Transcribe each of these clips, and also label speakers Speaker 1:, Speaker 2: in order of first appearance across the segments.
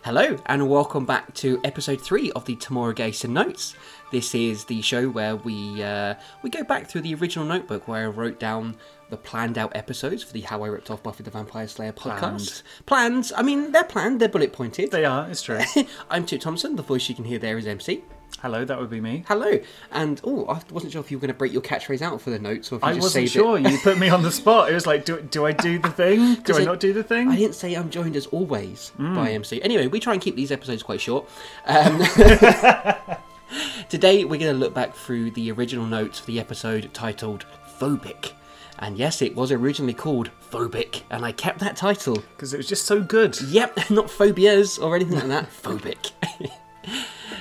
Speaker 1: Hello, and welcome back to episode three of the Tamora Gayson Notes. This is the show where we uh, we go back through the original notebook where I wrote down the planned out episodes for the How I Ripped Off Buffy the Vampire Slayer podcast. Plans, I mean, they're planned, they're bullet pointed.
Speaker 2: They are, it's true.
Speaker 1: I'm Tip Thompson, the voice you can hear there is MC.
Speaker 2: Hello, that would be me.
Speaker 1: Hello, and oh, I wasn't sure if you were going to break your catchphrase out for the notes or if you
Speaker 2: I
Speaker 1: just
Speaker 2: wasn't
Speaker 1: saved
Speaker 2: sure.
Speaker 1: it.
Speaker 2: You put me on the spot. It was like, do, do I do the thing? Do
Speaker 1: Does
Speaker 2: I
Speaker 1: it-
Speaker 2: not do the thing? Hmm.
Speaker 1: I didn't say I'm joined as always by MC. Anyway, we try and keep these episodes quite short. Um, today, we're going to look back through the original notes for the episode titled Phobic. And yes, it was originally called Phobic, and I kept that title.
Speaker 2: Because it was just so good.
Speaker 1: Yep, not phobias or anything like that. Phobic.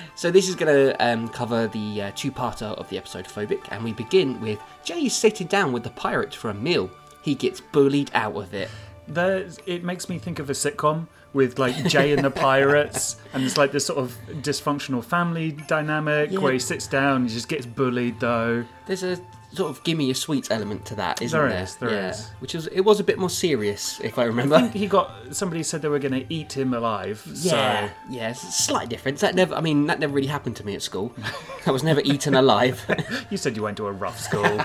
Speaker 1: so this is going to um, cover the uh, two-parter of the episode Phobic, and we begin with Jay sitting down with the pirate for a meal. He gets bullied out of it.
Speaker 2: There's, it makes me think of a sitcom with like Jay and the Pirates, and it's like this sort of dysfunctional family dynamic
Speaker 1: Yeah.
Speaker 2: where he sits down, he just gets bullied though.
Speaker 1: There's a sort of gimme your sweets element to that, isn't
Speaker 2: There
Speaker 1: there?
Speaker 2: is, there is.
Speaker 1: Which is it was a bit more serious, if I remember.
Speaker 2: I think he got somebody said they were going to eat him alive.
Speaker 1: yeah,
Speaker 2: So.
Speaker 1: yeah, it's a slight difference. That never, I mean, that never really happened to me at school. I was never eaten alive.
Speaker 2: You said you went to a rough school.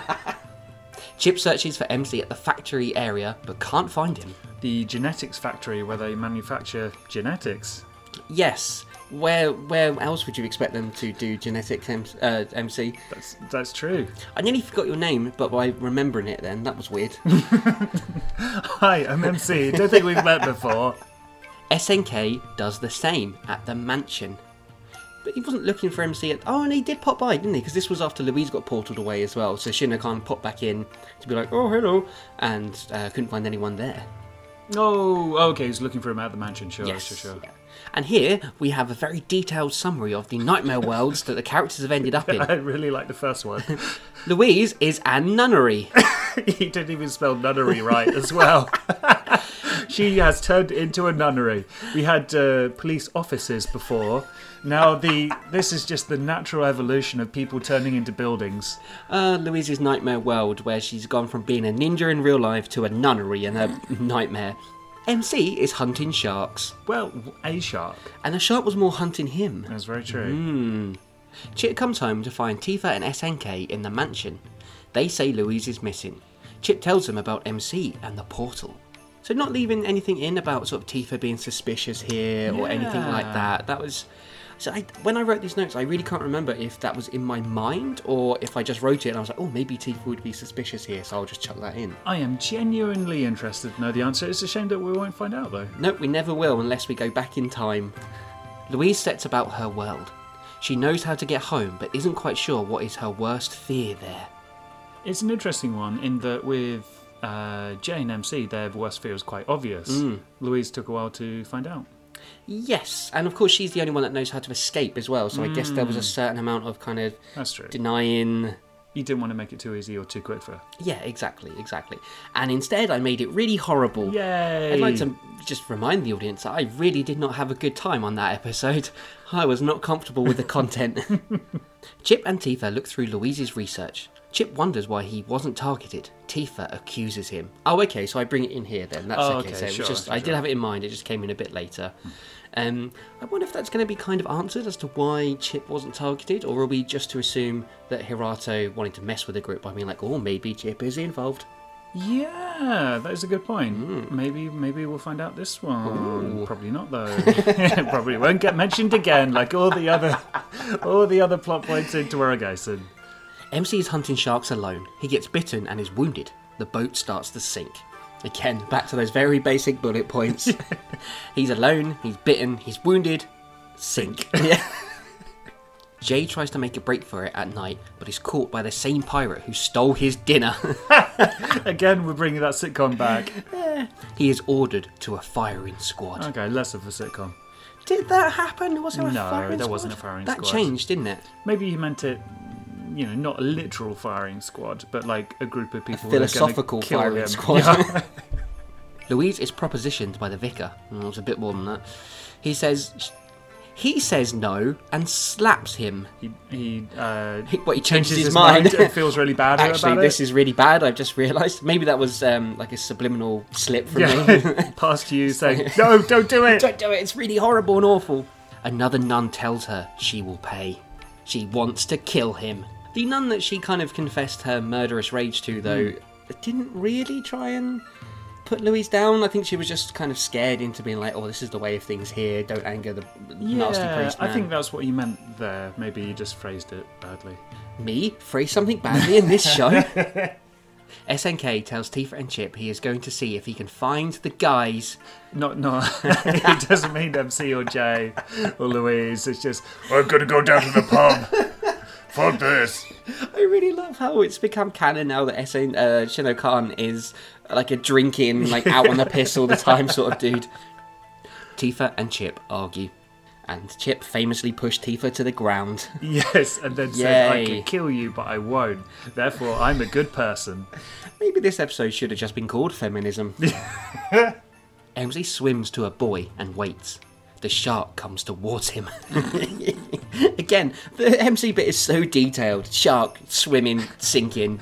Speaker 1: Chip searches for MC at the factory area, but can't find him.
Speaker 2: the genetics factory where they manufacture genetics.
Speaker 1: Yes, where where else would you expect them to do genetic M- uh, MC?
Speaker 2: That's that's true.
Speaker 1: I nearly forgot your name, but by remembering it, then that was weird.
Speaker 2: Hi, I'm MC. Don't think we've met before.
Speaker 1: SNK does the same at the mansion. But he wasn't looking for MC at. Oh, and he did pop by, didn't he? Because this was after Louise got portaled away as well. So Shinnokan popped back in to be like, oh, hello. And uh, couldn't find anyone there.
Speaker 2: Oh, okay. He's looking for him at the mansion. Sure, sure, sure.
Speaker 1: Yeah. And here we have a very detailed summary of the nightmare worlds that the characters have ended up in.
Speaker 2: I really like the first one.
Speaker 1: Louise is a nunnery.
Speaker 2: he didn't even spell nunnery right as well. she has turned into a nunnery. We had uh, police offices before. Now the this is just the natural evolution of people turning into buildings.
Speaker 1: Uh, Louise's nightmare world, where she's gone from being a ninja in real life to a nunnery in her nightmare. MC is hunting sharks.
Speaker 2: Well, a shark.
Speaker 1: And the shark was more hunting him.
Speaker 2: That's very true.
Speaker 1: Chip comes home to find Tifa and SNK in the mansion. They say Louise is missing. Chip tells them about MC and the portal. So not leaving anything in about sort of Tifa being suspicious here or anything like
Speaker 2: Yeah.
Speaker 1: that. That was so I, when I wrote these notes, I really can't remember if that was in my mind or if I just wrote it and I was like, oh, maybe Tifa would be suspicious here, so I'll just chuck that in.
Speaker 2: I am genuinely interested to know the answer. It's a shame that we won't find out though.
Speaker 1: Nope, we never will unless we go back in time. Louise sets about her world. She knows how to get home, but isn't quite sure what is her worst fear there.
Speaker 2: It's an interesting one in that with uh, Jay and MC, their worst fear was quite obvious.
Speaker 1: Mm.
Speaker 2: Louise took a while to find out.
Speaker 1: Yes, and of course she's the only one that knows how to escape as well. So I guess there was a certain amount of kind of
Speaker 2: That's true.
Speaker 1: denying.
Speaker 2: you didn't want to make it too easy or too quick for her.
Speaker 1: Yeah, exactly, exactly. And instead, I made it really horrible.
Speaker 2: Yay!
Speaker 1: I'd like to just remind the audience that I really did not have a good time on that episode. I was not comfortable with the content. Chip and Tifa look through Louise's research. Chip wonders why he wasn't targeted. Tifa accuses him. Oh, okay, so I bring it in here then. That's
Speaker 2: Oh,
Speaker 1: okay.
Speaker 2: okay,
Speaker 1: So it was
Speaker 2: sure,
Speaker 1: just,
Speaker 2: sure,
Speaker 1: I did
Speaker 2: sure. Hmm.
Speaker 1: have it in mind, it just came in a bit later. Um, I wonder if that's going to be kind of answered as to why Chip wasn't targeted, or are we just to assume that Hirato wanted to mess with the group by being like, oh, maybe Chip is involved?
Speaker 2: Yeah, that is a good point.
Speaker 1: Mm.
Speaker 2: Maybe maybe we'll find out this one. Probably not though. Probably won't get mentioned again, like all the other all the other plot points in Tamara Geisen.
Speaker 1: MC is hunting sharks alone. He gets bitten and is wounded. The boat starts to sink. Again, back to those very basic bullet points. he's alone, he's bitten, he's wounded, sink. yeah. Jay tries to make a break for it at night, but is caught by the same pirate who stole his dinner.
Speaker 2: Again, we're bringing that sitcom back.
Speaker 1: he is ordered to a firing squad.
Speaker 2: Okay, less of a sitcom.
Speaker 1: Did that happen? Was there a
Speaker 2: No,
Speaker 1: firing
Speaker 2: there
Speaker 1: squad?
Speaker 2: wasn't a firing
Speaker 1: that
Speaker 2: squad.
Speaker 1: changed, didn't it?
Speaker 2: Maybe he meant it, you know, not a literal firing squad, but like a group of people. who are gonna
Speaker 1: philosophical
Speaker 2: kill
Speaker 1: firing
Speaker 2: him.
Speaker 1: squad.
Speaker 2: Yeah.
Speaker 1: Mm, Louise is propositioned by the vicar. Well, it was a bit more than that. He says He says no and slaps him.
Speaker 2: He, he, uh,
Speaker 1: He, well, he changes,
Speaker 2: changes
Speaker 1: his, mind.
Speaker 2: and feels really bad
Speaker 1: Actually,
Speaker 2: about
Speaker 1: this
Speaker 2: it.
Speaker 1: is really bad. I've just realised. Maybe that was um, like a subliminal slip from me.
Speaker 2: yeah, past you saying no, don't do it.
Speaker 1: Don't do it. It's really horrible and awful. Another nun tells her she will pay. She wants to kill him. The nun that she kind of confessed her murderous rage to, though, didn't really try and put Louise down. I think she was just kind of scared into being like, "Oh, this is the way of things here. Don't anger the nasty
Speaker 2: Yeah,
Speaker 1: priest." Man.
Speaker 2: I think that's what you meant there. Maybe you just phrased it badly.
Speaker 1: me phrase something badly in this show. SNK tells Tifa and Chip he is going to see if he can find the guys
Speaker 2: Not, no, it doesn't mean MC or Jay or Louise. It's just I'm gonna go down to the pub. Fuck this.
Speaker 1: I really love how it's become canon now that SN, uh, Shino Khan is like a drinking, like out on the piss all the time sort of dude. Tifa and Chip argue, and Chip famously pushed Tifa to the ground.
Speaker 2: Yes, and then said I
Speaker 1: Yay.
Speaker 2: could kill you, but I won't. Therefore, I'm a good person.
Speaker 1: Maybe this episode should have just been called Feminism. Elmsley swims to a buoy and waits. The shark comes towards him. Again, the MC bit is so detailed. Shark, swimming, sinking.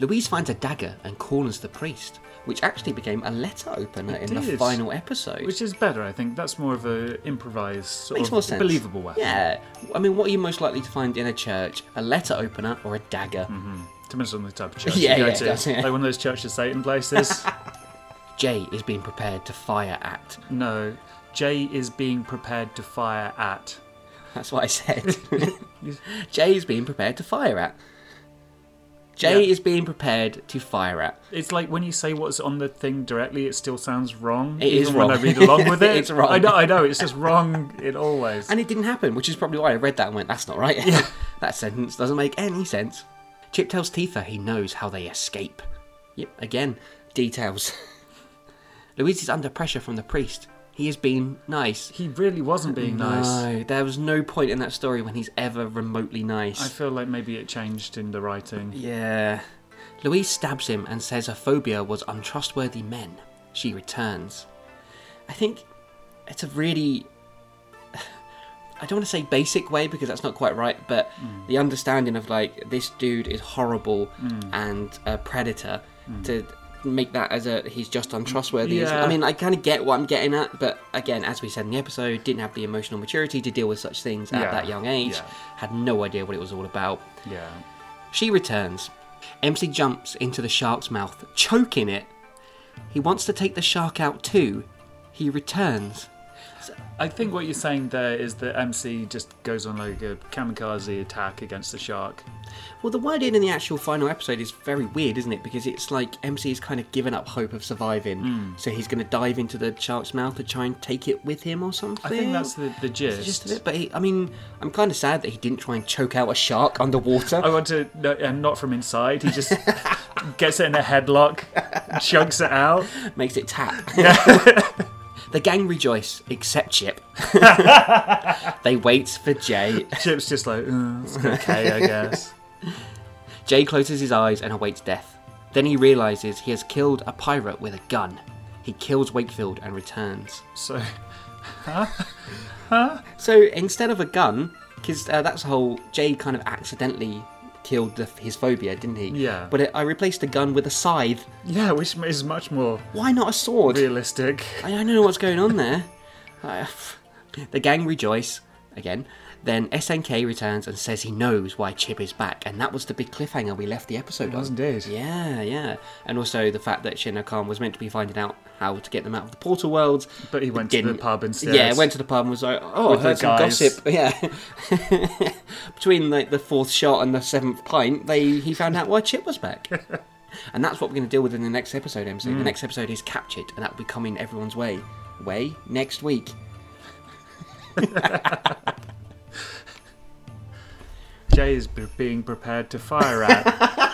Speaker 1: Louise finds a dagger and corners the priest, which actually became a letter opener in the
Speaker 2: did.
Speaker 1: final episode.
Speaker 2: Which is better, I think. That's more of a improvised, sort
Speaker 1: makes
Speaker 2: of
Speaker 1: more sense.
Speaker 2: believable weapon.
Speaker 1: Yeah. I mean, what are you most likely to find in a church? A letter opener or a dagger?
Speaker 2: Mm-hmm. Depends on the type of church
Speaker 1: Yeah,
Speaker 2: you go
Speaker 1: yeah, it
Speaker 2: to.
Speaker 1: does, yeah.
Speaker 2: Like one of those Church of Satan places.
Speaker 1: Jay is being prepared to fire at.
Speaker 2: no, Jay is being prepared to fire at.
Speaker 1: That's what I said. Jay is being prepared to fire at. Jay
Speaker 2: Yeah.
Speaker 1: is being prepared to fire at.
Speaker 2: It's like when you say what's on the thing directly, it still sounds wrong.
Speaker 1: It
Speaker 2: even
Speaker 1: is
Speaker 2: when
Speaker 1: wrong.
Speaker 2: I read along with it.
Speaker 1: It's wrong.
Speaker 2: I know, I know. It's just wrong. It always.
Speaker 1: And it didn't happen, which is probably why I read that and went, that's not right. that sentence doesn't make any sense. Chip tells Tifa he knows how they escape. Yep, again, details. Louise is under pressure from the priest. He is being nice.
Speaker 2: he really wasn't being nice.
Speaker 1: No, there was no point in that story when he's ever remotely nice.
Speaker 2: I feel like maybe it changed in the writing.
Speaker 1: Yeah. Louise stabs him and says her phobia was untrustworthy men. She returns. I think it's a really. I don't want to say basic way because that's not quite right, but
Speaker 2: Mm.
Speaker 1: the understanding of like this dude is horrible
Speaker 2: Mm.
Speaker 1: and a predator to make that as a he's just untrustworthy. is-
Speaker 2: Yeah.
Speaker 1: I mean, I kind of get what I'm getting at, but again, as we said in the episode, didn't have the emotional maturity to deal with such things
Speaker 2: Yeah.
Speaker 1: at that young age,
Speaker 2: Yeah.
Speaker 1: had no idea what it was all about.
Speaker 2: Yeah.
Speaker 1: She returns. MC jumps into the shark's mouth, choking it. He wants to take the shark out too. He returns.
Speaker 2: I think what you're saying there is that MC just goes on like a kamikaze attack against the shark.
Speaker 1: Well, the wording in the actual final episode is very weird, isn't it? Because it's like MC has kind of given up hope of surviving,
Speaker 2: Hmm.
Speaker 1: so he's going to dive into the shark's mouth to try and take it with him or something.
Speaker 2: I think that's the, the
Speaker 1: It's
Speaker 2: gist.
Speaker 1: just of it. But he, I mean, I'm kind of sad that he didn't try and choke out a shark underwater.
Speaker 2: I want to, no, and not from inside. He just gets it in a headlock, chugs it out.
Speaker 1: makes it tap. the gang rejoice, except Chip. they wait for Jay.
Speaker 2: Chip's just like, "Uh, it's okay, I guess.
Speaker 1: Jay closes his eyes and awaits death. Then he realizes he has killed a pirate with a gun. He kills Wakefield and returns.
Speaker 2: So
Speaker 1: So instead of a gun, because uh, that's the whole Jay kind of accidentally killed the, his phobia, didn't he?
Speaker 2: Yeah.
Speaker 1: But it, I replaced the gun with a scythe.
Speaker 2: yeah, which is much more
Speaker 1: Why not a sword?
Speaker 2: realistic.
Speaker 1: I don't know what's going on there. I- the gang rejoice again. Then SNK returns and says he knows why Chip is back, and that was the big cliffhanger we left the episode on.
Speaker 2: indeed.
Speaker 1: Yeah, yeah. And also the fact that Shinno Khan was meant to be finding out how to get them out of the portal worlds.
Speaker 2: But he went to the pub instead.
Speaker 1: Yeah, went to the pub and was like, oh,
Speaker 2: With
Speaker 1: I
Speaker 2: the
Speaker 1: heard some
Speaker 2: guys.
Speaker 1: gossip. Yeah. Between like the fourth shot and the seventh pint, they he found out why Chip was back. and that's what we're going to deal with in the next episode, MC.
Speaker 2: Mm.
Speaker 1: The next episode is Captured, and that will be coming everyone's way. Way? Next week.
Speaker 2: Jay is b- being prepared to fire at.